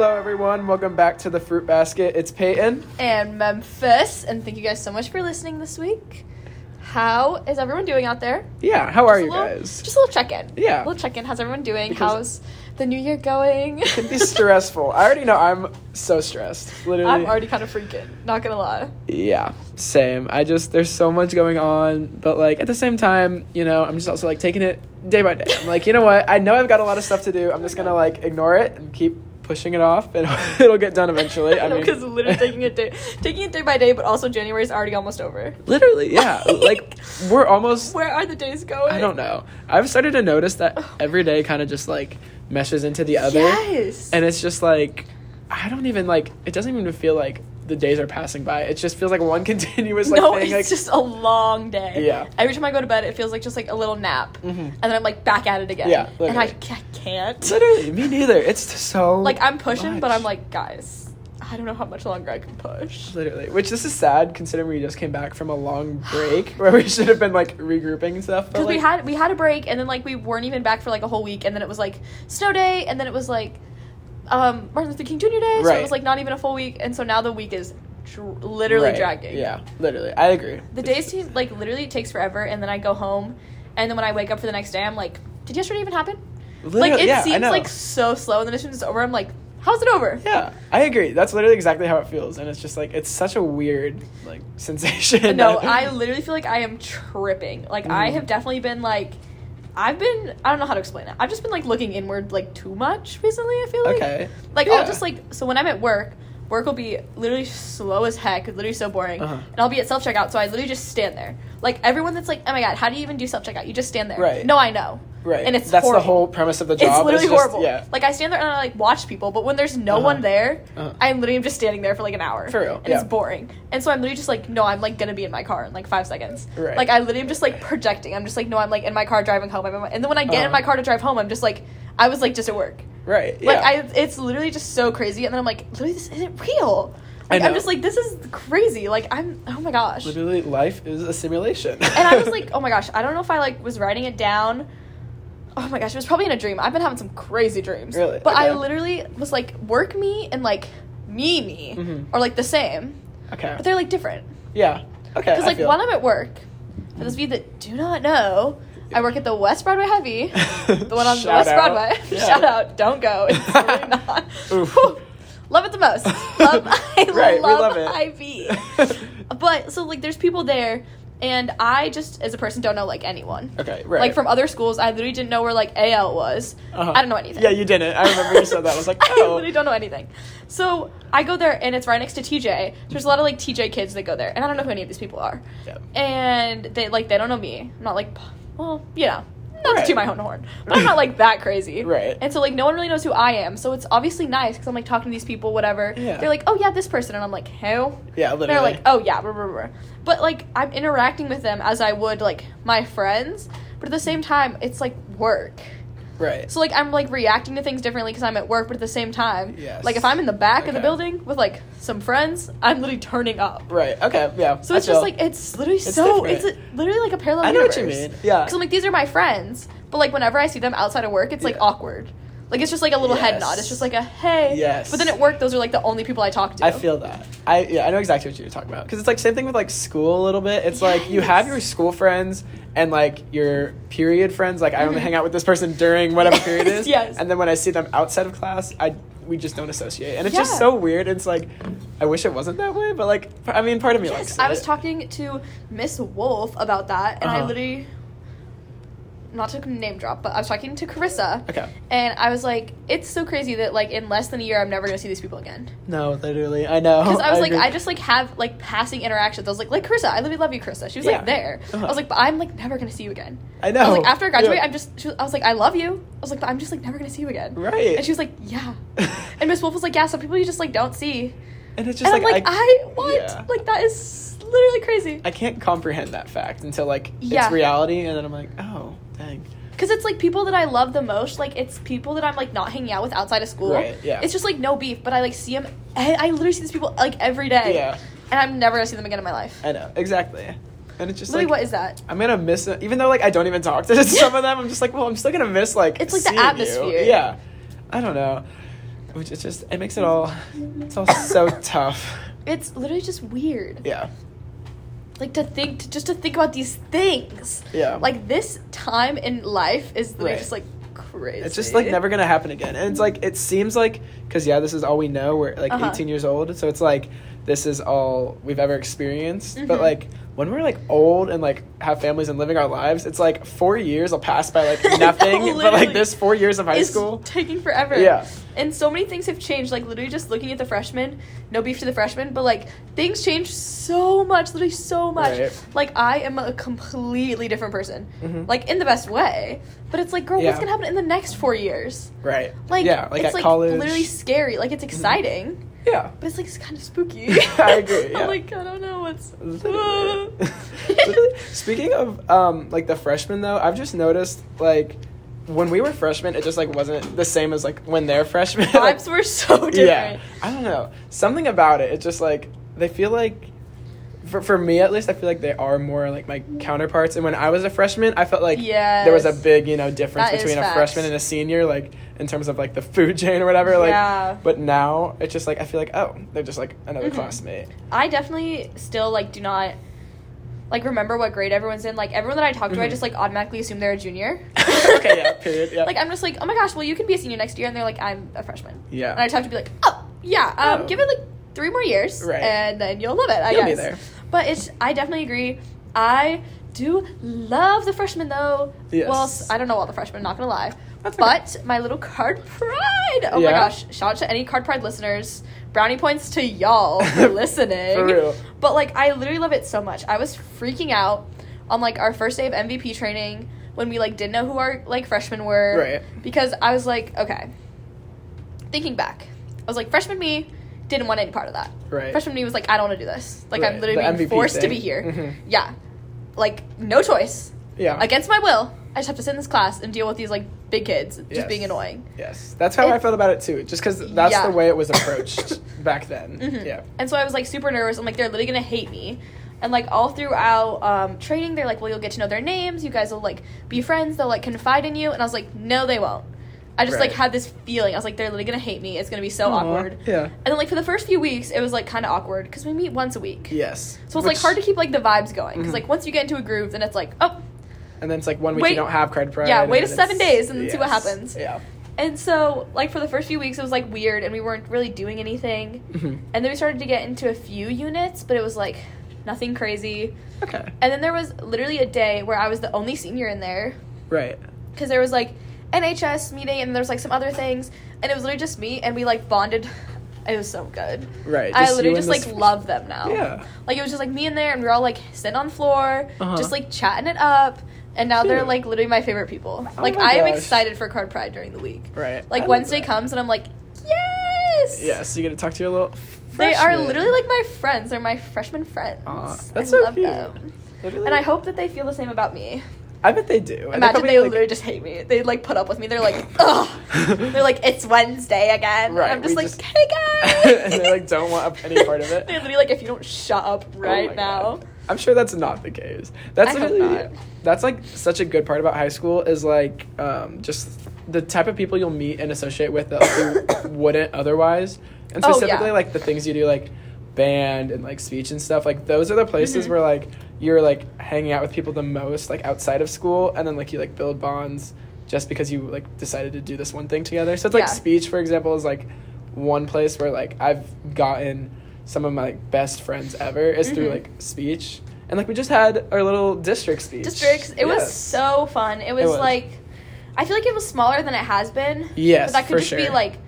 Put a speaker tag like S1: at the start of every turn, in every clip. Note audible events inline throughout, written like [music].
S1: everyone. Welcome back to the Fruit Basket. It's Peyton.
S2: and Memphis. And thank you guys so much for listening this week. How is everyone doing out there?
S1: Yeah, how are
S2: Just a
S1: you
S2: little-
S1: guys?
S2: Just a little check in.
S1: Yeah.
S2: A little check in. How's everyone doing?
S1: Because-
S2: How's the new year going?
S1: It
S2: [laughs]
S1: can be stressful. I already know I'm so stressed. Literally.
S2: I'm already kind of freaking. Not gonna lie.
S1: Yeah, same. I just there's so much going on, but like at the same time, you know, I'm just also like taking it day by day. I'm like, you know what? I know I've got a lot of stuff to do. I'm just gonna like ignore it and keep pushing it off, and [laughs] it'll get done [laughs] eventually.
S2: [laughs]
S1: I mean, [laughs]
S2: because literally taking it day, taking it day by day, but also January's already almost over.
S1: literally, yeah. like we're almost.
S2: Where are the days going?
S1: I don't know. I've started to notice
S2: [sighs]
S1: that every day kind of just like meshes into the other,
S2: Yes.
S1: and it's just like I don't even like. It doesn't even feel like the days are passing by. It just feels like one [laughs] continuous like
S2: no,
S1: thing.
S2: it's
S1: like,
S2: just a long day.
S1: Yeah.
S2: Every time I go to bed, it feels like just like a little nap,
S1: Mhm.
S2: and then I'm like back at it again.
S1: Yeah,
S2: and I
S1: literally.
S2: ca- can't.
S1: Literally, me neither. It's so
S2: [laughs] like I'm pushing, but
S1: much.
S2: I'm like, guys, I don't know how much longer I can push.
S1: literally. Which this is sad considering we just came back from a long break where we [laughs] should have been like regrouping and stuff.
S2: Because
S1: like,
S2: we had we had a break, and then like we weren't even back for like a whole week, and then it was like snow day, and then it was like um, Martin Luther King Jr. Day, so
S1: Right.
S2: it was like not even a full week, and so now the week is dr- literally
S1: Right,
S2: dragging.
S1: Yeah, literally. I agree.
S2: The
S1: It's
S2: days
S1: just-
S2: seem like literally it takes forever, and then I go home, and then when I wake up for the next day, I'm like, did yesterday even happen?
S1: Literally,
S2: like it
S1: yeah, I
S2: seems
S1: know.
S2: like so slow, and then as soon as it's over, I'm like, how's it over?
S1: Yeah, I agree. That's literally exactly how it feels, and it's just like it's such a weird like [laughs] sensation. [laughs]
S2: [laughs] no, I literally feel like I am tripping. Like I
S1: Mhm.
S2: have definitely been like I've been I don't know how to explain it. I've just been like looking inward like too much recently, I feel like.
S1: okay.
S2: Like
S1: Yeah.
S2: I'll just like so when I'm at work, work will be literally slow as heck, literally so boring.
S1: Uh-huh.
S2: And I'll be at self checkout, so I literally just stand there. Like everyone that's like, Oh my god, how do you even do self checkout? You just stand there.
S1: Right.
S2: No, I know.
S1: Right,
S2: and it's
S1: that's
S2: horrible.
S1: the whole premise of the
S2: It's
S1: job.
S2: literally
S1: just-
S2: horrible.
S1: Yeah,
S2: Like I stand there and I like watch people, but when there's no
S1: Uh-huh.
S2: one there,
S1: Uh-huh.
S2: I'm literally just standing there for like an hour.
S1: For real,
S2: And it's
S1: yeah.
S2: boring. And so I'm literally just like, no, I'm like gonna be in my car in like five seconds.
S1: Right.
S2: Like I literally am just like projecting. I'm just like, no, I'm like in my car driving home. I'm in my- and then when I get
S1: Uh-huh.
S2: in my car to drive home, I'm just like, I was like just at work.
S1: right. Yeah.
S2: Like I, it's literally just so crazy. And then I'm like, literally, this isn't real.
S1: I
S2: Like I'm
S1: know.
S2: just like, this is crazy. Like I'm, oh my gosh.
S1: literally, life is a simulation. [laughs]
S2: And I was like, oh my gosh, I don't know if I like was writing it down. Oh my gosh, it was probably in a dream. I've been having some crazy dreams.
S1: Really?
S2: But I
S1: Okay.
S2: literally was like, work me and like me me
S1: Mhm.
S2: are like the same,
S1: okay,
S2: but they're like different.
S1: yeah, okay.
S2: Because
S1: I
S2: like
S1: feel-
S2: when I'm at work, for those of you that do not know, I work at the West Broadway Heavy, the one on
S1: [laughs] [laughs]
S2: the
S1: Shout
S2: West
S1: out.
S2: Broadway. [laughs]
S1: Yeah.
S2: Shout out, don't go.
S1: [laughs]
S2: It's really not.
S1: Oof.
S2: Whew. Love it the most. Love, I
S1: [laughs] Right, we love
S2: love,
S1: it.
S2: IV. but so like there's people there and i just as a person don't know like anyone
S1: [laughs] okay, right.
S2: like from other schools i literally didn't know where like al was
S1: Uh-huh.
S2: i don't know anything
S1: Yeah, you didn't. I remember you said that. I was like,
S2: [laughs] i
S1: oh,
S2: literally don't know anything so i go there and it's right next to tj so there's a lot of like tj kids that go there and i don't know who any of these people are
S1: Yeah.
S2: and they like they don't know me i'm not like well you know not
S1: Right.
S2: to toot my own horn but i'm not like that crazy
S1: Right.
S2: and so like no one really knows who i am so it's obviously nice because i'm like talking to these people whatever
S1: Yeah.
S2: they're like oh yeah this person and i'm like who
S1: Yeah,
S2: they're
S1: literally.
S2: like, oh yeah, blah, blah, blah. but like I'm interacting with them as I would like my friends, but at the same time it's like work.
S1: right.
S2: So like I'm like reacting to things differently because I'm at work, but at the same time,
S1: Yes.
S2: like if I'm in the back of the
S1: Okay.
S2: building with like some friends, I'm literally turning up.
S1: Right. Okay. Yeah.
S2: So
S1: I
S2: it's just
S1: feel-
S2: like it's literally
S1: It's
S2: so
S1: different.
S2: it's a, literally like a parallel.
S1: I know what you
S2: universe.
S1: mean. Yeah.
S2: 'Cause I'm like these are my friends, but like whenever I see them outside of work, it's like
S1: Yeah.
S2: awkward. Like it's just like a little head
S1: Yes.
S2: nod. It's just like a hey.
S1: Yes.
S2: But then at work, those are like the only people I talk to.
S1: I feel that. I yeah. I know exactly what you're talking about because it's like same thing with like school a little bit. It's like you have your
S2: Yes.
S1: school friends and like your period friends. Like I only hang out with this person during whatever period
S2: [laughs] Yes,
S1: is.
S2: Mm-hmm. yes.
S1: And then when I see them outside of class, I we just don't associate, and it's just
S2: Yeah.
S1: so weird. It's like I wish it wasn't that way, but like I mean, part of me likes.
S2: Yes, I was
S1: it.
S2: talking to Miss Wolf about that, and I
S1: Uh-huh.
S2: literally, not to name drop, but I was talking to Carissa,
S1: Okay.
S2: and I was like, it's so crazy that like in less than a year, I'm never gonna see these people again.
S1: No, literally, Oh, I know.
S2: Because I was like,
S1: agree.
S2: I just like have like passing interactions. I was like, like Carissa, I literally love you, Carissa. She was
S1: Yeah.
S2: like there.
S1: Uh-huh.
S2: I was like, but I'm like never gonna see you again.
S1: I know.
S2: I was like, after I graduate,
S1: Yeah.
S2: I'm just. She was, I was like, I love you. I was like, but I'm just like never gonna see you again.
S1: Right. [laughs]
S2: And she was like, yeah. And Miss Wolf was like, yeah. Some people you just like don't see.
S1: and it's
S2: and I'm like, I, what?
S1: yeah.
S2: Like that is literally crazy.
S1: I can't comprehend that fact until like
S2: Yeah.
S1: it's reality, and then I'm like, oh, dang.
S2: Because it's like people that I love the most, like it's people that I'm like not hanging out with outside of school.
S1: Right, yeah.
S2: It's just like no beef, but I like see them. I, I literally see these people like every day.
S1: Yeah.
S2: And I'm never gonna see them again in my life.
S1: I know exactly, and it's just
S2: Literally,
S1: like
S2: what is that?
S1: I'm gonna miss it, even though like I don't even talk [laughs] to some of them. I'm just like, well, I'm still gonna miss like
S2: It's like the
S1: seeing you.
S2: atmosphere.
S1: Yeah, I don't know. Which is just it makes it all it's all
S2: [laughs]
S1: so tough.
S2: It's literally just weird.
S1: Yeah.
S2: Like to think, to, just to think about these things.
S1: Yeah.
S2: Like this time in life is literally
S1: Right.
S2: just like crazy.
S1: It's just like never gonna happen again. And it's like it seems like because yeah, this is all we know. We're like
S2: Uh-huh.
S1: 18 years old, so it's like this is all we've ever experienced.
S2: Mhm.
S1: But like when we're like old and like have families and living our lives, it's like four years will pass by
S2: [laughs]
S1: like nothing. but like
S2: Literally.
S1: this four years of high
S2: It's
S1: school,
S2: taking forever.
S1: yeah,
S2: And so many things have changed. Like literally just looking at the freshmen, no beef to the freshmen, but like things change so much, literally so much.
S1: Right.
S2: Like I am a completely different person.
S1: Mhm.
S2: Like in the best way. But it's like, girl,
S1: Yeah.
S2: what's gonna happen in the next four years?
S1: right,
S2: Like
S1: yeah, like
S2: it's
S1: at
S2: like
S1: college, [laughs]
S2: literally scary. Like it's exciting.
S1: yeah.
S2: [laughs] But it's like it's kind of spooky.
S1: [laughs]
S2: [laughs]
S1: I agree, yeah.
S2: I'm like, I don't know what's.
S1: Literally. Speaking of um like the freshmen though, I've just noticed like when we were freshmen, it just like wasn't the same as like when they're freshmen. [laughs] Like,
S2: [laughs] Vibes were so different.
S1: yeah, I don't know. Something about it. It's just like they feel like. For, for me at least, I feel like they are more like my counterparts. And when I was a freshman, I felt like
S2: Yes.
S1: there was a big, you know, difference
S2: That is
S1: between a
S2: facts.
S1: freshman and a senior, like in terms of like the food [laughs] chain or whatever. Like,
S2: Yeah.
S1: but now it's just like I feel like oh, they're just like another
S2: Mhm.
S1: classmate.
S2: I definitely still like do not like remember what grade everyone's in. Like everyone that I talk to, I
S1: Mhm.
S2: just like automatically assume they're a junior.
S1: [laughs] Okay, yeah, period, yeah.
S2: Like I'm just like, oh my gosh, well you can be a senior next year, and they're like, I'm a freshman.
S1: Yeah.
S2: And I talk to be like, oh yeah, um,
S1: Oh.
S2: give it like three more years,
S1: Right.
S2: and then you'll love it. I
S1: You'll
S2: guess.
S1: be there.
S2: But it's I definitely agree. I do love the freshmen though.
S1: Yes.
S2: Well, s- I don't know all the freshmen. Not gonna lie.
S1: That's okay.
S2: but my little card pride. Oh
S1: Yeah.
S2: my gosh! Shout out to any card pride listeners. Brownie points to
S1: [laughs]
S2: y'all for listening.
S1: For real.
S2: But like, I literally love it so much. I was freaking out on like our first day of MVP training when we like didn't know who our like freshmen were.
S1: Right.
S2: Because I was like, okay. Thinking back, I was like, freshman me didn't want any part of that.
S1: Right.
S2: Freshman me was like, I don't want to do this. Like I'm
S1: Right,
S2: literally
S1: the
S2: being
S1: MVP
S2: forced
S1: thing.
S2: to be here.
S1: Mhm.
S2: Yeah. Like no choice.
S1: Yeah.
S2: Against my will, I just have to sit in this class and deal with these like big kids just
S1: Yes.
S2: being annoying.
S1: Yes, that's how I
S2: It-
S1: felt about it too. Just because that's
S2: Yeah.
S1: the way it was approached
S2: [laughs]
S1: back then.
S2: Mhm.
S1: Yeah.
S2: And so I was like super nervous. I'm like, they're literally gonna hate me. And like all throughout um, training, they're like, well, you'll get to know their names. You guys will like be friends. They'll like confide in you. And I was like, no, they won't. I just
S1: Right.
S2: like had this feeling. I was like, they're literally gonna hate me. It's gonna be so
S1: Aw,
S2: awkward.
S1: Yeah.
S2: And then like for the first few weeks, it was like kind of awkward because we meet once a week.
S1: Yes.
S2: So it's like hard to keep like the vibes going because
S1: Mhm.
S2: like once you get into a groove, then it's like, oh,
S1: And then it's like one week
S2: Wait-
S1: you don't have card pride.
S2: yeah,
S1: and
S2: wait
S1: then
S2: a seven
S1: it's-
S2: days and then see what happens.
S1: [laughs] Yeah.
S2: And so, like, for the first few weeks, it was like weird and we weren't really doing anything.
S1: Mhm.
S2: And then we started to get into a few units, but it was like nothing crazy.
S1: Okay.
S2: And then there was literally a day where I was the only senior in there
S1: Right.
S2: because there was like NHS meeting and there was like some other things. And it was literally just me and we like bonded. [laughs] It was so good.
S1: Right.
S2: I
S1: Just you
S2: literally
S1: and
S2: just
S1: this-
S2: like love them now.
S1: Yeah.
S2: Like it was just like me in there and we were all like sitting on the floor,
S1: Uh-huh.
S2: just like chatting it up. And now they're
S1: Cute.
S2: like literally my favorite people.
S1: Oh
S2: like
S1: my
S2: I am
S1: gosh.
S2: excited for Card Pride during the week.
S1: Right. I
S2: Like
S1: love
S2: Wednesday
S1: that.
S2: comes and I'm like, yes.
S1: Yeah. So you get to talk to your little.
S2: They are
S1: freshmen.
S2: literally like my friends. They're my freshman friends.
S1: Aw,
S2: I
S1: that's so
S2: love
S1: cute.
S2: them.
S1: Literally.
S2: And I hope that they feel the same about me.
S1: I bet they do. And
S2: Imagine
S1: probably,
S2: they
S1: like-
S2: literally just hate me. They like put up with me. They're like, ugh.
S1: [laughs]
S2: They're like, it's Wednesday again.
S1: Right,
S2: And I'm just
S1: we
S2: like,
S1: just-
S2: hey guys.
S1: [laughs] And they, like, don't want any part of
S2: [laughs]
S1: it.
S2: They're literally like, if you don't shut up
S1: Oh my
S2: right now.
S1: God. I'm sure that's not the case. That's
S2: I hope
S1: literally-
S2: not.
S1: that's like such a good part about high school is like um, just the type of people you'll meet and associate with that like, you [coughs] wouldn't otherwise, and
S2: Oh, yeah.
S1: specifically like the things you do like band and like speech and stuff. Like those are the places
S2: Mhm.
S1: where like you're like hanging out with people the most like outside of school, and then like you like build bonds just because you like decided to do this one thing together. So it's like
S2: Yeah.
S1: speech, for example, is like one place where like I've gotten some of my like, best friends ever is through
S2: Mhm.
S1: like speech. And like we just had our little district speech.
S2: Districts. It was
S1: Yes.
S2: so fun. It was,
S1: was.
S2: like, I feel like it was smaller than it has been.
S1: Yes,
S2: But that could
S1: for
S2: just be
S1: sure.
S2: like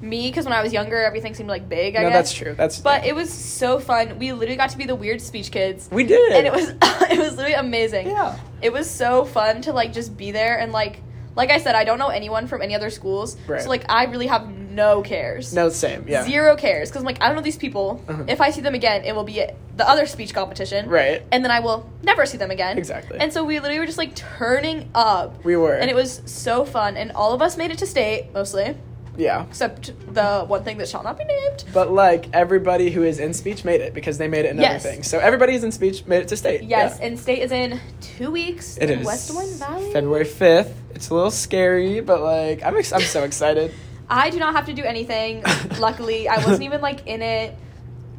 S2: me, because when I was younger, everything seemed like big. I
S1: No,
S2: guess.
S1: that's true. That's
S2: But it was so fun. We literally got to be the weird speech kids.
S1: we did.
S2: And it was [laughs] it was literally amazing.
S1: yeah.
S2: It was so fun to like just be there and like like I said, I don't know anyone from any other schools.
S1: Right.
S2: So like I really have no cares.
S1: No, same. Yeah.
S2: Zero cares because I'm like I don't know these people.
S1: Uh-huh.
S2: If I see them again, it will be at the other speech competition,
S1: Right.
S2: and then I will never see them again.
S1: Exactly.
S2: And so we literally were just like turning up,
S1: We were.
S2: and it was so fun. And all of us made it to state mostly,
S1: Yeah.
S2: except the one thing that shall not be named.
S1: But like everybody who is in speech made it because they made it in
S2: Yes.
S1: everything. So everybody who's in speech made it to state.
S2: Yes,
S1: Yeah.
S2: and state is in two weeks.
S1: It
S2: in
S1: is
S2: Westmoreland Valley.
S1: February fifth. It's a little scary, but like I'm ex- I'm so excited.
S2: I do not have to
S1: [laughs]
S2: do anything. Luckily, I wasn't even like in it.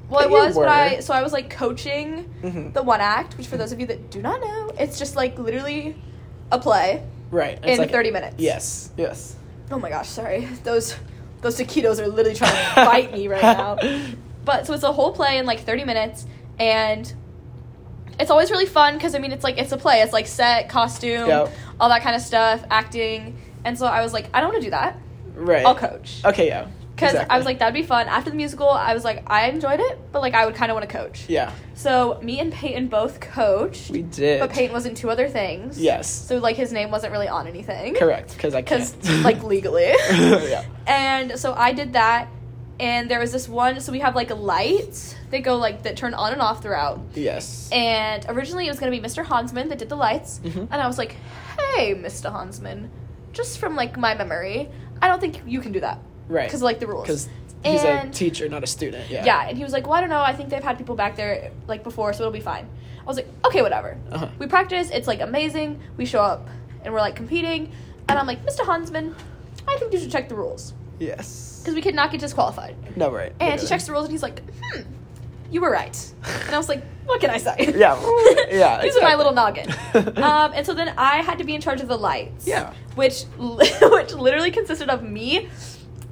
S2: Well, I
S1: But you
S2: was, but I
S1: were.
S2: so I was like coaching
S1: Mhm.
S2: the one act, which for those of you that do not know, it's just like literally a play
S1: Right. It's
S2: in
S1: like-
S2: 30 minutes.
S1: Yes. Yes.
S2: Oh my gosh, sorry. Those those taquitos are literally trying
S1: [laughs]
S2: to bite me right now. But so it's a whole play in like 30 minutes and it's always really fun because I mean it's like it's a play. It's like set, costume,
S1: Yep.
S2: all that kind of stuff, acting. And so I was like, I don't want to do that.
S1: [laughs] right.
S2: I'll coach.
S1: Okay. Yeah.
S2: Cuz I was
S1: Exactly.
S2: like that'd be fun. After the musical, I was like I enjoyed it, but like I would kind of want to coach.
S1: Yeah.
S2: So me and Peyton both coached,
S1: We did.
S2: but Peyton was in two other things.
S1: Yes.
S2: So like his name wasn't really on anything.
S1: Correct. Because I
S2: Cuz
S1: can't. [laughs]
S2: like legally.
S1: yeah.
S2: And so I did that, and there was this one. So we have like lights that go like that turn on and off throughout.
S1: Yes.
S2: And originally it was gonna be Mr. Hansman that did the lights,
S1: Mhm.
S2: and I was like, "Hey, Mr. Hansman, just from like my memory, I don't think you can do that
S1: right.
S2: because like the rules."
S1: Because he's a
S2: And-
S1: teacher, not a student. Yeah.
S2: yeah. and he was like, "Well, I don't know. I think they've had people back there like before, so it'll be fine." I was like, "Okay, whatever."
S1: Uh-huh.
S2: We practice. It's like amazing. We show up, and we're like competing, and I'm like, "Mr. Hansman, I think you should check the rules
S1: Yes.
S2: because we could not get disqualified."
S1: No right.
S2: And he
S1: literally.
S2: checks the rules and he's like, hmm, you were right. And I was like, what can I say?
S1: [laughs] Yeah, yeah,
S2: [laughs] These are
S1: exactly.
S2: my little noggin.
S1: [laughs]
S2: um, and so then I had to be in charge of the lights.
S1: Yeah.
S2: Which, [laughs] li- which literally consisted of me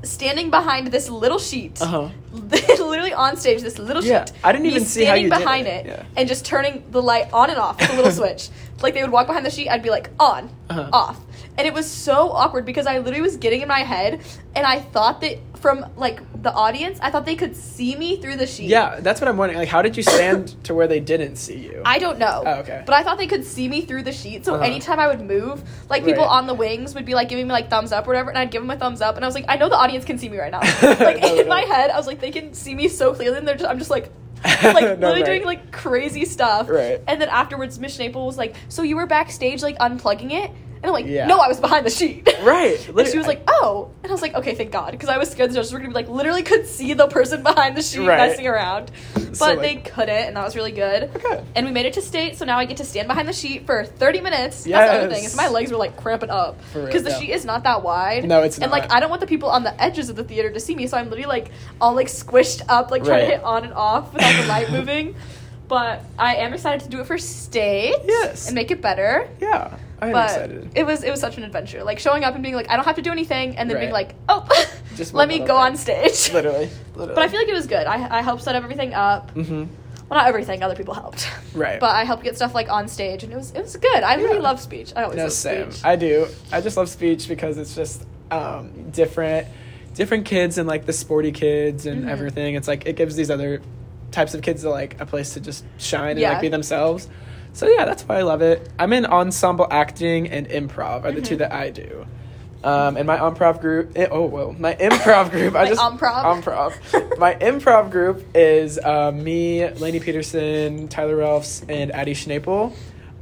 S2: standing behind this little sheet.
S1: Uh-huh.
S2: [laughs] literally on stage, this little
S1: Yeah,
S2: sheet.
S1: I didn't
S2: me
S1: even see how
S2: standing
S1: you did
S2: behind
S1: it.
S2: it,
S1: Yeah.
S2: and just turning the light on and off with
S1: [laughs]
S2: a little switch. Like they would walk behind the sheet, I'd be like on,
S1: Uh-huh.
S2: off, and it was so awkward because I literally was getting in my head, and I thought that from like the audience, I thought they could see me through the sheet.
S1: Yeah, that's what I'm wondering. Like, how did you stand to where they didn't see you?
S2: I don't know.
S1: Oh, okay.
S2: But I thought they could see me through the sheet, so
S1: Uh-huh.
S2: anytime I would move, like people
S1: Right.
S2: on the wings would be like giving me like thumbs up or whatever, and I'd give them a thumbs up, and I was like, I know the audience can see
S1: [laughs]
S2: me right now. like
S1: No,
S2: [laughs] in
S1: no.
S2: my head, I was like, they can see me so clearly, and they're just, I'm just like, [laughs]
S1: [laughs]
S2: like
S1: No,
S2: literally
S1: right.
S2: doing like crazy stuff.
S1: Right.
S2: And then afterwards, Miss Naple was like, so you were backstage like unplugging it, and I'm like,
S1: Yeah.
S2: no, I was behind the sheet.
S1: [laughs] Right,
S2: and she
S1: literally,
S2: was
S1: I-
S2: like, oh, and I was like, okay, thank God, because I was scared the judges were gonna be like, literally could see the person behind the sheet
S1: Right.
S2: messing around, but
S1: So, like-
S2: they couldn't, and that was really good.
S1: Okay.
S2: And we made it to state, so now I get to stand behind the sheet for 30 minutes. That's the other thing,
S1: Yes.
S2: is my legs were like cramping up.
S1: For real,
S2: Because the
S1: yeah.
S2: sheet is not that wide.
S1: No, it's
S2: And like,
S1: not.
S2: I don't want the people on the edges of the theater to see me, so I'm literally like all like squished up, like trying to
S1: Right.
S2: hit on and off without the light moving. But I am excited to do it for state
S1: Yes.
S2: and make it better.
S1: yeah, I'm
S2: but
S1: excited.
S2: it was it was such an adventure. Like showing up and being like, I don't have to do anything, and then being
S1: Right.
S2: like, oh, [laughs]
S1: Just
S2: let
S1: one
S2: me
S1: little
S2: go
S1: bit.
S2: on stage.
S1: literally, literally.
S2: [laughs] But I feel like it was good. I, I helped set everything up.
S1: hmm
S2: Well, not everything. Other people helped.
S1: [laughs] Right.
S2: But I helped get stuff like on stage, and it was it was good. I really
S1: Yeah.
S2: love speech. I always
S1: No,
S2: love
S1: same.
S2: speech.
S1: I do. I just love speech because it's just um, different, different kids and like the sporty kids and
S2: Mhm.
S1: everything. It's like it gives these other types of kids like a place to just shine and
S2: Yeah.
S1: like be themselves. So yeah, that's why I love it. I'm in ensemble acting and improv are the
S2: Mm-hmm.
S1: two that I do. Um, and my improv group, eh, oh well, my
S2: [laughs]
S1: improv group. I
S2: Like
S1: just
S2: improv?
S1: Improv. my improv group is uh, me, Lainey Peterson, Tyler Ralphs, and Addie Schnaple.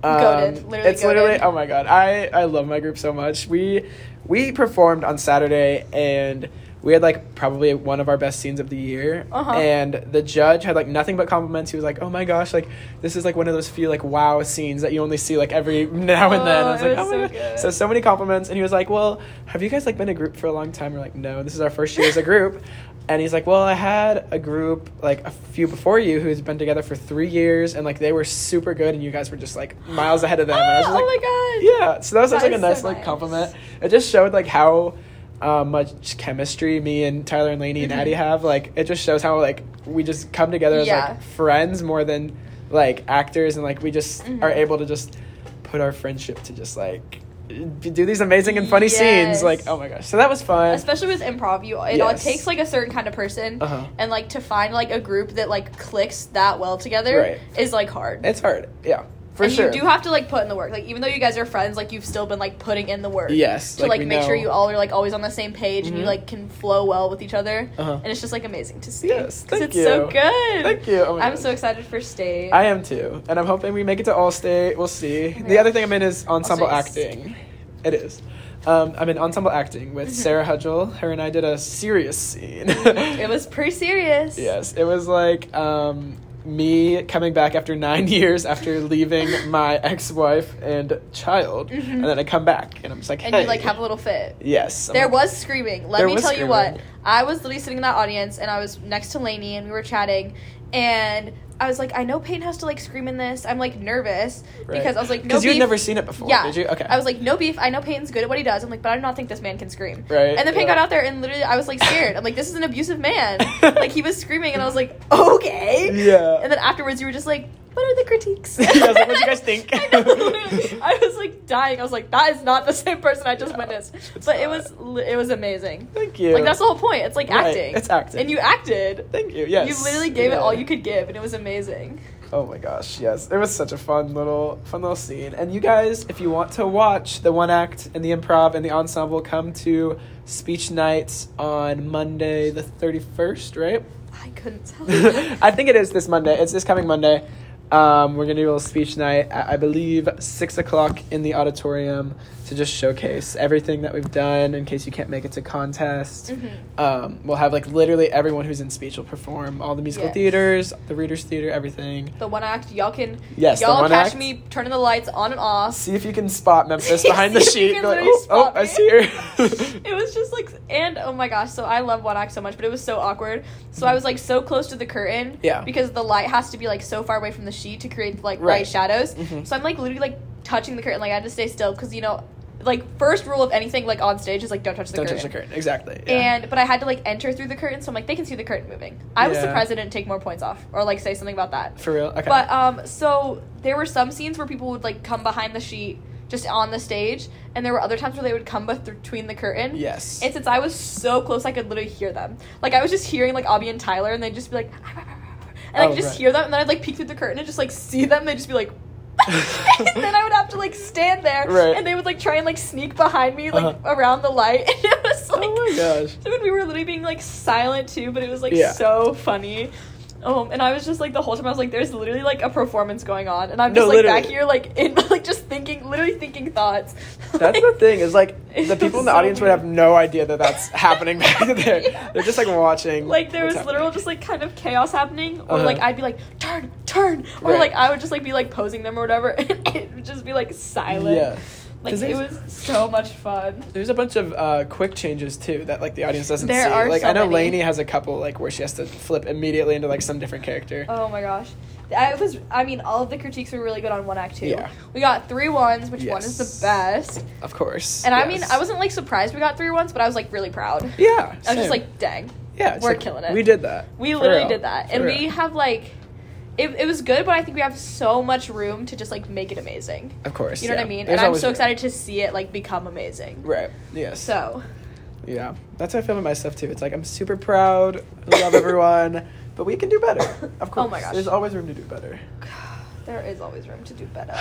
S2: Goated. Literally
S1: it's literally
S2: goated.
S1: [laughs] oh my god i i love my group so much we we performed on saturday and we had like probably one of our best scenes of the year
S2: Uh-huh.
S1: and the judge had like nothing but compliments he was like oh my gosh like this is like one of those few like wow scenes that you only see like every [laughs] now and then
S2: Oh,
S1: i was
S2: it
S1: like
S2: was
S1: oh my
S2: so
S1: god
S2: good.
S1: so so many compliments and he was like well have you guys like been a group for a long time we're like no this is our first year as a group and he's like well i had a group like a few before you who's been together for three years and like they were super good and you guys were just like miles ahead of them and I was
S2: Ah,
S1: just like,
S2: [gasps] oh my god.
S1: yeah so that was
S2: That
S1: such like a
S2: is so
S1: nice like
S2: nice.
S1: compliment it just showed like how uh, much chemistry me and tyler and laney and addie have like it just shows how like we just come together as
S2: Mm-hmm. Yeah.
S1: like friends more than like actors and like we just are
S2: Mm-hmm.
S1: able to just put our friendship to just like do these amazing and funny
S2: Yes.
S1: scenes like oh my gosh so that was fun
S2: especially with improv you it all
S1: Yes.
S2: takes like a certain kind of person
S1: Uh-huh.
S2: and like to find like a group that like clicks that well together
S1: Right.
S2: is like hard
S1: it's hard yeah for
S2: and
S1: sure
S2: you do have to like put in the work like even though you guys are friends like you've still been like putting in the work
S1: Yes,
S2: to
S1: like,
S2: like,
S1: we
S2: make sure
S1: know.
S2: you all are like always on the same page and you
S1: Mhm.
S2: like can flow well with each other
S1: Uh-huh.
S2: and it's just like amazing to see
S1: Yes,
S2: 'Cause
S1: thank
S2: it's so
S1: you.
S2: good
S1: Thank you. Oh my
S2: i'm
S1: gosh.
S2: so excited for state
S1: I am too, and I'm hoping we make it to Allstate. We'll see.
S2: Oh my
S1: the other
S2: gosh.
S1: thing I'm in is ensemble
S2: Allstate's-
S1: acting. It is. Um, I'm in ensemble acting
S2: Mm-hmm.
S1: with Sarah Hudgel. Her and I did a serious scene. [laughs]
S2: it was pretty serious
S1: Yes, it was like um, me coming back after nine [laughs] years after leaving my ex-wife and child,
S2: Mhm.
S1: and then I come back and I'm just like,
S2: and
S1: hey.
S2: you like have a little fit.
S1: yes, I'm
S2: There
S1: like,
S2: was screaming. Let
S1: There
S2: me
S1: was
S2: tell you what.
S1: screaming.
S2: I was literally sitting in that audience and I was next to Lainey and we were chatting and I was like, I know Peyton has to like scream in this. I'm like nervous
S1: right.
S2: because I was like, no
S1: you'd
S2: beef.
S1: never seen it before,
S2: Yeah.
S1: did you? Okay,
S2: I was like, no beef. I know Peyton's good at what he does. I'm like, but I do not think this man can scream.
S1: Right,
S2: And then Peyton
S1: yeah.
S2: got out there and literally, I was like scared. I'm like, this is an
S1: [laughs]
S2: abusive man. like he was screaming and I was like, okay.
S1: Yeah.
S2: And then afterwards, you were just like, what are the
S1: [laughs]
S2: critiques?
S1: Yeah, I was like, what do you
S2: [laughs]
S1: guys think?
S2: I, know. [laughs] I was like dying. I was like, that is not the same person I just
S1: No,
S2: witnessed.
S1: it's
S2: But it
S1: not.
S2: was li- it was amazing.
S1: Thank you.
S2: Like that's the whole point. It's like
S1: Right,
S2: acting.
S1: it's acting.
S2: And you acted.
S1: Thank you. Yes.
S2: You literally gave it
S1: Yeah.
S2: all you could give, and it was amazing.
S1: Oh my gosh, yes. It was such a fun little fun little scene. And you guys, if you want to watch the one act and the improv and the ensemble, come to speech nights on Monday the 31st, right? [laughs]
S2: I couldn't tell. you.
S1: I think it is this Monday. It's this coming Monday. Um, we're gonna do a little speech night at I believe six o'clock in the auditorium to just showcase everything that we've done in case you can't make it to contest.
S2: Mhm.
S1: Um, we'll have like literally everyone who's in speech will perform all the musical
S2: Yes.
S1: theaters, the readers theater, everything.
S2: The one act, y'all can
S1: Yes, the
S2: y'all
S1: one
S2: catch
S1: act.
S2: me turning the lights on and off.
S1: See if you can spot Memphis behind the
S2: [laughs] See
S1: sheet.
S2: if you
S1: Be
S2: can
S1: like,
S2: literally
S1: oh, oh,
S2: spot
S1: I
S2: me."
S1: see
S2: [laughs]
S1: her.
S2: It was just like, and oh my gosh, so I love one act so much, but it was so awkward. So I was like so close to the curtain,
S1: Yeah.
S2: because the light has to be like so far away from the sheet to create like
S1: Right.
S2: bright shadows.
S1: Mhm.
S2: So I'm like literally like touching the curtain, like I had to stay still because you know, like first rule of anything like on stage is like don't touch the
S1: Don't
S2: curtain.
S1: touch the curtain. Exactly.
S2: And but I had to like enter through the curtain, so I'm like they can see the curtain moving. I was
S1: Yeah.
S2: surprised I didn't take more points off or like say something about that.
S1: for real. Okay.
S2: But um, so there were some scenes where people would like come behind the sheet, just on the stage, and there were other times where they would come beth- between the curtain.
S1: yes.
S2: And since I was so close, I could literally hear them. Like I was just hearing like Abby and Tyler, and they'd just be like, [laughs] and I
S1: Oh,
S2: could just
S1: right.
S2: hear them, and then I'd like peek through the curtain and just like see them, and they'd just be like. [laughs] and then I would have to like stand there,
S1: Right.
S2: and they would like try and like sneak behind me, like
S1: Uh-huh.
S2: around the light, [laughs] and it was like,
S1: oh my gosh.
S2: Dude, we were literally being like silent too, but it was like
S1: Yeah.
S2: so funny. Um, and I was just like the whole time I was like, there's literally like a performance going on, and I'm
S1: No,
S2: just like
S1: literally.
S2: back here like in [laughs] like just thinking, literally thinking thoughts.
S1: That's
S2: [laughs]
S1: the thing is like the
S2: It
S1: people in
S2: was
S1: the
S2: so
S1: audience would
S2: weird.
S1: have no idea that that's [laughs] happening back there.
S2: [laughs] Yeah.
S1: They're just like watching.
S2: Like there
S1: what's
S2: was
S1: happening.
S2: literal just like kind of chaos happening, or
S1: Uh-huh.
S2: like I'd be like turn, turn, or
S1: Right.
S2: like I would just like be like posing them or whatever, [laughs] and it would just be like silent.
S1: Yeah.
S2: Like
S1: 'Cause
S2: it
S1: there's-
S2: was so much fun.
S1: There's a bunch of uh, quick changes too that like the audience doesn't
S2: There
S1: see.
S2: are
S1: like
S2: so
S1: I know
S2: many.
S1: Lainey has a couple like where she has to flip immediately into like some different character.
S2: Oh my gosh. I was I mean all of the critiques were really good on one act too.
S1: Yeah.
S2: We got three ones, which one is
S1: Yes.
S2: the best.
S1: of course.
S2: And I mean,
S1: yes.
S2: I wasn't like surprised we got three ones, but I was like really proud.
S1: Yeah.
S2: I was just
S1: same.
S2: like, dang,
S1: yeah, it's
S2: we're
S1: like,
S2: killing it.
S1: We did that.
S2: we
S1: For
S2: literally
S1: real.
S2: did that,
S1: For
S2: and we
S1: real.
S2: have like, it, it was good, but I think we have so much room to just like make it amazing.
S1: Of course.
S2: You know
S1: yeah.
S2: what I mean?
S1: There's
S2: and I'm
S1: always
S2: so
S1: room.
S2: excited to see it like become amazing.
S1: Right. Yes.
S2: So
S1: Yeah, that's how I feel about my stuff too. It's like I'm super proud, I love
S2: [laughs]
S1: everyone, but we can do better. Of course,
S2: Oh my gosh.
S1: there's always room to do better. [sighs]
S2: there is always room to do better.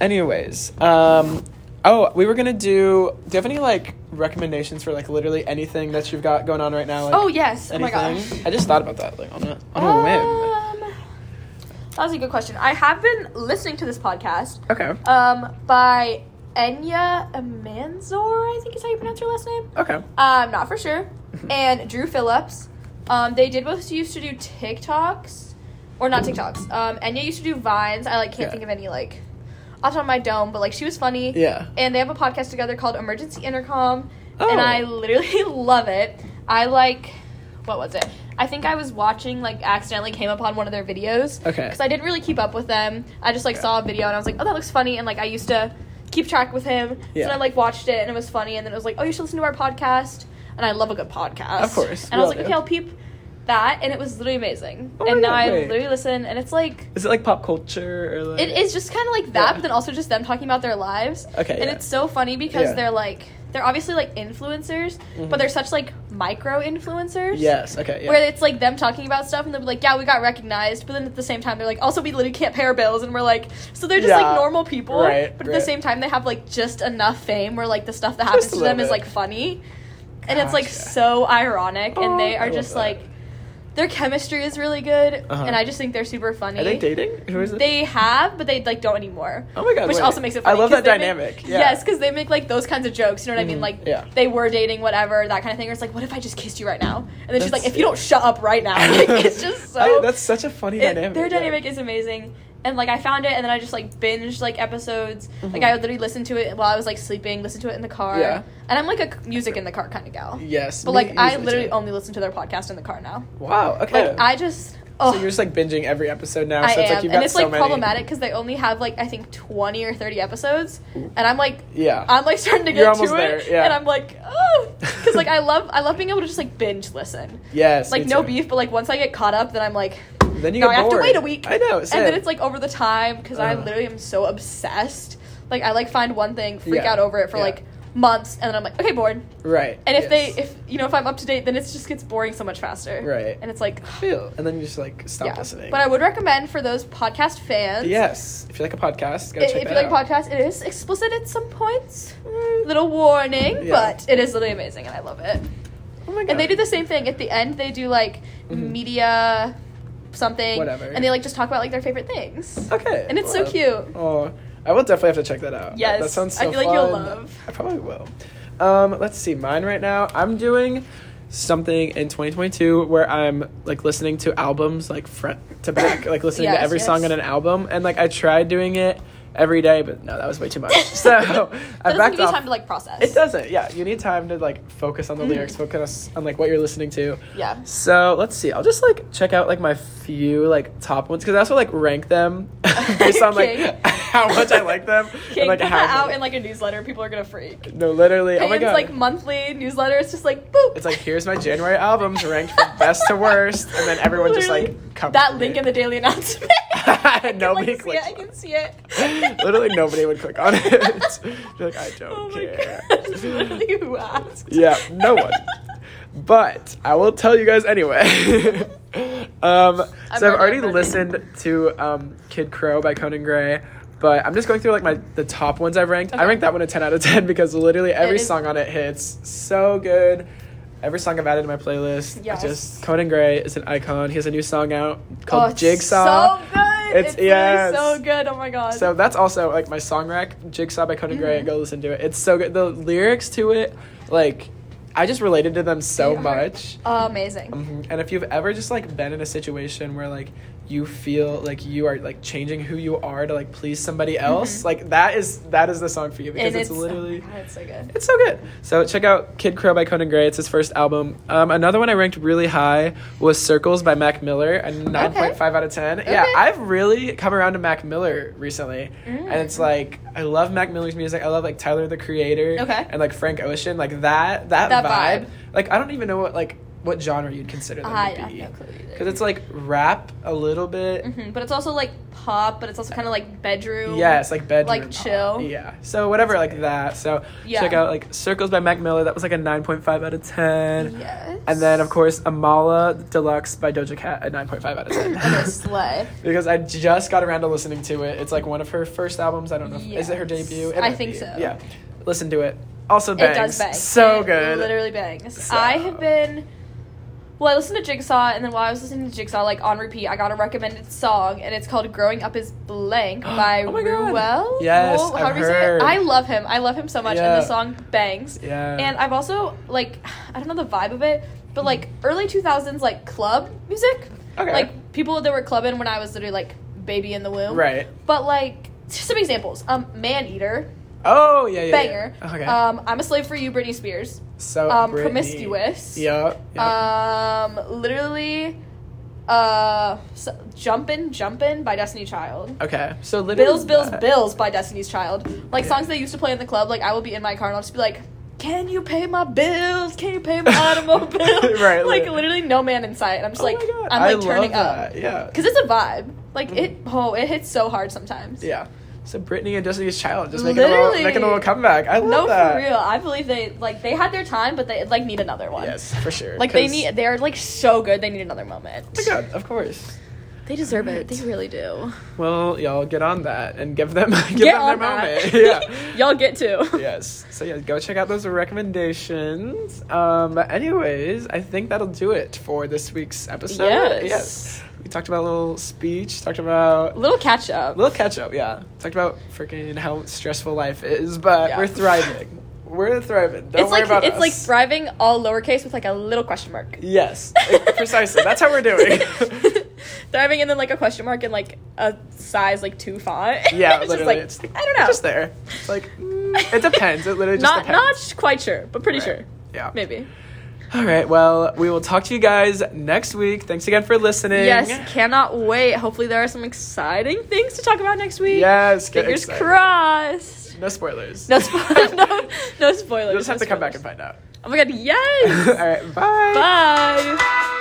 S1: Anyways, um, oh, we were gonna do. Do you have any like recommendations for like literally anything that you've got going on right now? Like,
S2: oh yes! Oh my gosh.
S1: anything? I just thought about that like on a on a
S2: Um, that was a good question. I have been listening to this podcast
S1: whim. Okay.
S2: um, by Enya Amanzor, I think is how you pronounce her last name.
S1: Okay.
S2: Um, not
S1: [laughs]
S2: for sure. And Drew Phillips. Um, they did both used to do TikToks, or not TikToks. Um, Enya used to do Vines. I like can't
S1: Yeah.
S2: think of any like off the top of my dome, but like she was funny.
S1: Yeah.
S2: And they have a podcast together called Emergency Intercom,
S1: Oh.
S2: and I literally [laughs] love it. I like, what was it? I think I was watching like accidentally came upon one of their videos
S1: Okay.
S2: because I didn't really keep up with them. I just like
S1: Yeah.
S2: saw a video and I was like, oh, that looks funny, and like I used to keep track with him.
S1: Yeah.
S2: So then I like watched it and it was funny, and then it was like, oh, you should listen to our podcast. And I love a good podcast,
S1: Of course,
S2: And I
S1: love
S2: was like,
S1: it.
S2: okay, I'll peep that, and it was literally amazing.
S1: Oh my
S2: and now
S1: God,
S2: I
S1: wait.
S2: literally listen, and it's like.
S1: Is it like pop culture or like?
S2: It is just kind of like that,
S1: Yeah.
S2: but then also just them talking about their lives.
S1: Okay,
S2: And
S1: yeah.
S2: it's so funny because
S1: Yeah.
S2: they're like they're obviously like influencers,
S1: Mhm.
S2: but they're such like micro influencers.
S1: Yes. Okay. Yeah.
S2: Where it's like them talking about stuff and they'll be like, yeah, we got recognized. But then at the same time, they're like, also, we literally can't pay our bills. And we're like, so they're just
S1: Yeah.
S2: like normal people.
S1: Right,
S2: but at
S1: right.
S2: the same time, they have like just enough fame where like the stuff that
S1: Just
S2: happens
S1: a
S2: to
S1: little
S2: them is
S1: bit.
S2: like funny. And it's like
S1: Gotcha.
S2: so ironic.
S1: Oh,
S2: and they
S1: I
S2: are
S1: love
S2: just
S1: that.
S2: like, their chemistry is really good,
S1: Uh-huh.
S2: and I just think they're super funny.
S1: Are they dating? Who is it?
S2: They have, but they like don't anymore.
S1: Oh my god!
S2: which
S1: wait.
S2: also makes it funny.
S1: I love
S2: 'cause
S1: that
S2: they make-
S1: dynamic. yeah.
S2: Yes, because they make like those kinds of jokes. You know what I mean?
S1: Mhm,
S2: Like
S1: yeah.
S2: they were dating, whatever, that kind of thing. Or it's like, what if I just kissed you right now? And then she's
S1: That's-
S2: like, if you don't shut up right now, [laughs]
S1: [laughs]
S2: like, it's just so.
S1: I- that's such a funny
S2: it-
S1: dynamic.
S2: Their
S1: yeah.
S2: dynamic is amazing. And like I found it, and then I just like binged like episodes. Like
S1: Mhm.
S2: I literally listened to it while I was like sleeping, listened to it in the car.
S1: Yeah.
S2: And I'm like a c- music in the car kind of gal.
S1: Yes.
S2: But
S1: me
S2: like I
S1: usually
S2: literally
S1: too.
S2: only listen to their podcast in the car now.
S1: Wow. Okay.
S2: Like I just oh
S1: So you're just like binging every episode now.
S2: I
S1: so it's
S2: am,
S1: like you've got
S2: and it's
S1: so
S2: like
S1: many.
S2: problematic because they only have like I think twenty or thirty episodes,
S1: Ooh.
S2: and I'm like
S1: Yeah.
S2: I'm like starting to get
S1: You're
S2: to
S1: almost
S2: it,
S1: there, yeah.
S2: and I'm like oh, because like I love I love being able to just like
S1: [laughs]
S2: binge listen,
S1: yes.
S2: like
S1: me
S2: no
S1: too.
S2: beef, but like once I get caught up, then I'm like
S1: Then you
S2: no,
S1: get
S2: I have to
S1: bored.
S2: wait a week,
S1: I know.
S2: and
S1: same.
S2: then it's like over the time because I
S1: Ugh.
S2: literally am so obsessed. Like I like find one thing, freak
S1: Yeah.
S2: out over it for
S1: Yeah.
S2: like months, and then I'm like okay bored.
S1: right.
S2: And
S1: yes.
S2: if they if you know if I'm up to date, then it just gets boring so much faster,
S1: Right.
S2: And it's like
S1: feel, and then you just like stop
S2: yeah.
S1: listening.
S2: But I would recommend for those podcast fans.
S1: Yes. If you like a podcast, go
S2: i-
S1: check
S2: if you
S1: that
S2: like
S1: out. Mm.
S2: podcasts, it is explicit at some points. Little warning,
S1: Yeah.
S2: but it is really amazing and I love it.
S1: oh my god.
S2: And they do the same thing. At the end, they do like
S1: Mhm.
S2: media something.
S1: Whatever.
S2: And they like just talk about like their favorite things.
S1: Okay.
S2: And it's so
S1: wow.
S2: cute.
S1: Oh, I will definitely have to check that out. That-
S2: Yes,
S1: That sounds
S2: I
S1: so
S2: feel like you'll
S1: fun.
S2: love.
S1: I probably will. Um, let's see. Mine right now. I'm doing something in 2022 where I'm like listening to albums like front to
S2: [coughs]
S1: back, like listening
S2: Yes,
S1: to every
S2: yes.
S1: song on an album, and like I tried doing it every day, but no, that was way too
S2: [laughs]
S1: much. So [laughs]
S2: That
S1: I
S2: doesn't
S1: backed
S2: give you
S1: off.
S2: time to like process.
S1: it doesn't. Yeah, you need time to like focus on the
S2: Mhm.
S1: lyrics, focus on like what you're listening to. [laughs]
S2: Yeah.
S1: So let's see. I'll just like check out like my few like top ones because I also like rank them [laughs] based on like
S2: King.
S1: [laughs] how much I like them
S2: Okay,
S1: and like
S2: put
S1: how.
S2: that out in like a newsletter. People are gonna freak.
S1: no, literally. oh my
S2: Payne's,
S1: god.
S2: like monthly newsletter. It's just like boop.
S1: it's like here's my January albums ranked from best to worst, and then everyone just
S2: Literally.
S1: like comes
S2: that
S1: to
S2: link
S1: me. [laughs]
S2: in the daily announcement. [laughs]
S1: Nobody
S2: I can, like,
S1: clicks
S2: see it. I
S1: on
S2: can see
S1: [laughs]
S2: it.
S1: Literally nobody would click on it. [laughs] They're like, I don't
S2: oh my
S1: care.
S2: God. [laughs] Literally, who asked?
S1: Yeah, no
S2: [laughs]
S1: one. But I will tell you guys anyway. [laughs] um, so
S2: I'm
S1: I've
S2: ready,
S1: already
S2: I'm ready.
S1: listened to um, Kid Crow by Conan Gray, but I'm just going through like my the top ones I've ranked. I
S2: Okay.
S1: ranked that one a 10 out of 10 [laughs] because literally every
S2: is-
S1: song on it hits so good. Every song I've added to my playlist. I
S2: Yes.
S1: Just Conan Gray is an icon. He has a new song out
S2: Oh,
S1: called
S2: it's
S1: Jigsaw.
S2: So good.
S1: It's-
S2: It's,
S1: yes.
S2: really so good. Oh my god.
S1: So that's also like my song rack, Jigsaw by Conan Gray.
S2: Mhm.
S1: Go listen to it. It's so good. The lyrics to it, like, I just related to them so
S2: They are-
S1: much.
S2: Oh, amazing.
S1: Mhm. And if you've ever just like been in a situation where like you feel like you are like changing who you are to like please somebody else,
S2: Mhm.
S1: like that is that is the song for you because
S2: and
S1: it's,
S2: oh my
S1: literally
S2: God, it's so good.
S1: it's so good. So check out Kid Crow by Conan Gray. It's his first album. Um, another one I ranked really high was Circles by Mac Miller, a 9.5 out of 10. Yeah,
S2: Okay.
S1: I've really come around to Mac Miller recently. And it's
S2: Mm.
S1: like, I love Mac Miller's music. I love like Tyler the Creator.
S2: Okay.
S1: And like Frank Ocean. Like that, that,
S2: That
S1: vibe.
S2: vibe.
S1: Like, I don't even know what, like, what genre you'd consider them
S2: I
S1: to
S2: have
S1: be.
S2: no clue either.
S1: Because it's like rap a little bit.
S2: hmm But it's also like pop, but it's also kind of like bedroom.
S1: Yes, like bedroom.
S2: Like,
S1: pop.
S2: chill.
S1: Yeah. So whatever, like that. So
S2: Yeah.
S1: check out like Circles by Mac Miller. That was like a 9.5 out of 10.
S2: Yes.
S1: And then of
S2: [coughs]
S1: course Amala Deluxe by Doja Cat, a 9.5 out of 10.
S2: Okay, slay.
S1: [laughs] because I just got around to listening to it. It's like one of her first albums. I don't know. if- Is it her
S2: Yes.
S1: debut? It
S2: I
S1: might
S2: think
S1: be.
S2: so.
S1: Yeah. Listen to it. Also
S2: It
S1: bangs.
S2: does bang.
S1: So
S2: It
S1: good.
S2: Literally bangs.
S1: So-
S2: I have been. Well, I listened to Jigsaw, and then while I was listening to Jigsaw, like on repeat, I got a recommended song, and it's called "Growing Up Is Blank" by
S1: [gasps] Oh my God.
S2: Ruel.
S1: Yes,
S2: Ruel?
S1: I've
S2: However you say it.
S1: heard.
S2: I love him. I love him so much,
S1: Yeah.
S2: and the song bangs.
S1: Yeah.
S2: And I've also like, I don't know the vibe of it, but like early two thousands like club music,
S1: okay.
S2: like people that were clubbing when I was literally like baby in the womb.
S1: right.
S2: But like, some examples: um, Man Eater,
S1: Oh yeah. yeah
S2: banger.
S1: Yeah. Okay.
S2: Um, I'm a slave for you, Britney Spears.
S1: so
S2: um,
S1: Britney.
S2: promiscuous.
S1: Yeah. yeah.
S2: Um, literally, uh, so, Jumpin' Jumpin' by Destiny Child.
S1: okay. So literally
S2: Uh, Bills, Bills,
S1: that.
S2: Bills by Destiny's Child. Like
S1: Yeah.
S2: songs they used to play in the club. Like I will be in my car and I'll just be like, "Can you pay my bills? Can you pay
S1: [laughs]
S2: my automobile?"
S1: Right,
S2: Like
S1: li-
S2: literally no man in sight. And I'm just
S1: Oh
S2: like,
S1: my God.
S2: I'm
S1: I
S2: like
S1: love
S2: turning
S1: that.
S2: up
S1: Yeah.
S2: because it's a vibe. Like
S1: Mhm.
S2: it, oh, it hits so hard sometimes.
S1: Yeah. So Britney and Destiny's Child just making a
S2: Literally.
S1: little making a little comeback. I love
S2: No,
S1: that.
S2: for real. I believe they like they had their time, but they like need another one.
S1: Yes, for sure.
S2: Like they
S1: 'cause-
S2: need, they're like so good. They need another moment.
S1: Oh my God, of course.
S2: They They deserve it.
S1: Right.
S2: They really do.
S1: Well, y'all get on that and give them [laughs] give
S2: Get
S1: them their
S2: on that. [laughs]
S1: moment. yeah.
S2: Y'all get to.
S1: Yes. So yeah, go check out those recommendations. Um, but anyways, I think that'll do it for this week's episode.
S2: Yes.
S1: We talked about a little speech. Talked about
S2: [laughs] Little catch up.
S1: little catch up, yeah. Talked about freaking how stressful life is, but
S2: Yeah.
S1: we're thriving. We're thriving. Don't
S2: it's
S1: worry
S2: like
S1: about
S2: it's
S1: us.
S2: like thriving all lowercase with like a little question mark.
S1: yes, precisely. That's how we're doing.
S2: [laughs] thriving and then like a question mark and like a size like two font.
S1: yeah,
S2: [laughs] it's
S1: literally.
S2: just
S1: it's
S2: like I don't know.
S1: Just there. It's like mm, it depends. It literally just
S2: not
S1: depends.
S2: not quite sure, but pretty
S1: Right.
S2: sure.
S1: Yeah.
S2: Maybe.
S1: All right. Well, we will talk to you guys next week. Thanks again for listening.
S2: Yes, cannot wait. Hopefully there are some exciting things to talk about next week.
S1: Yes. Get
S2: Fingers
S1: excited.
S2: crossed.
S1: No spoilers.
S2: No, spo- [laughs] no, no spoilers. Oh
S1: You'll just have
S2: no
S1: to come back [laughs]
S2: spoilers.
S1: and find out.
S2: Oh my god, yes.
S1: All right. Bye.
S2: Bye.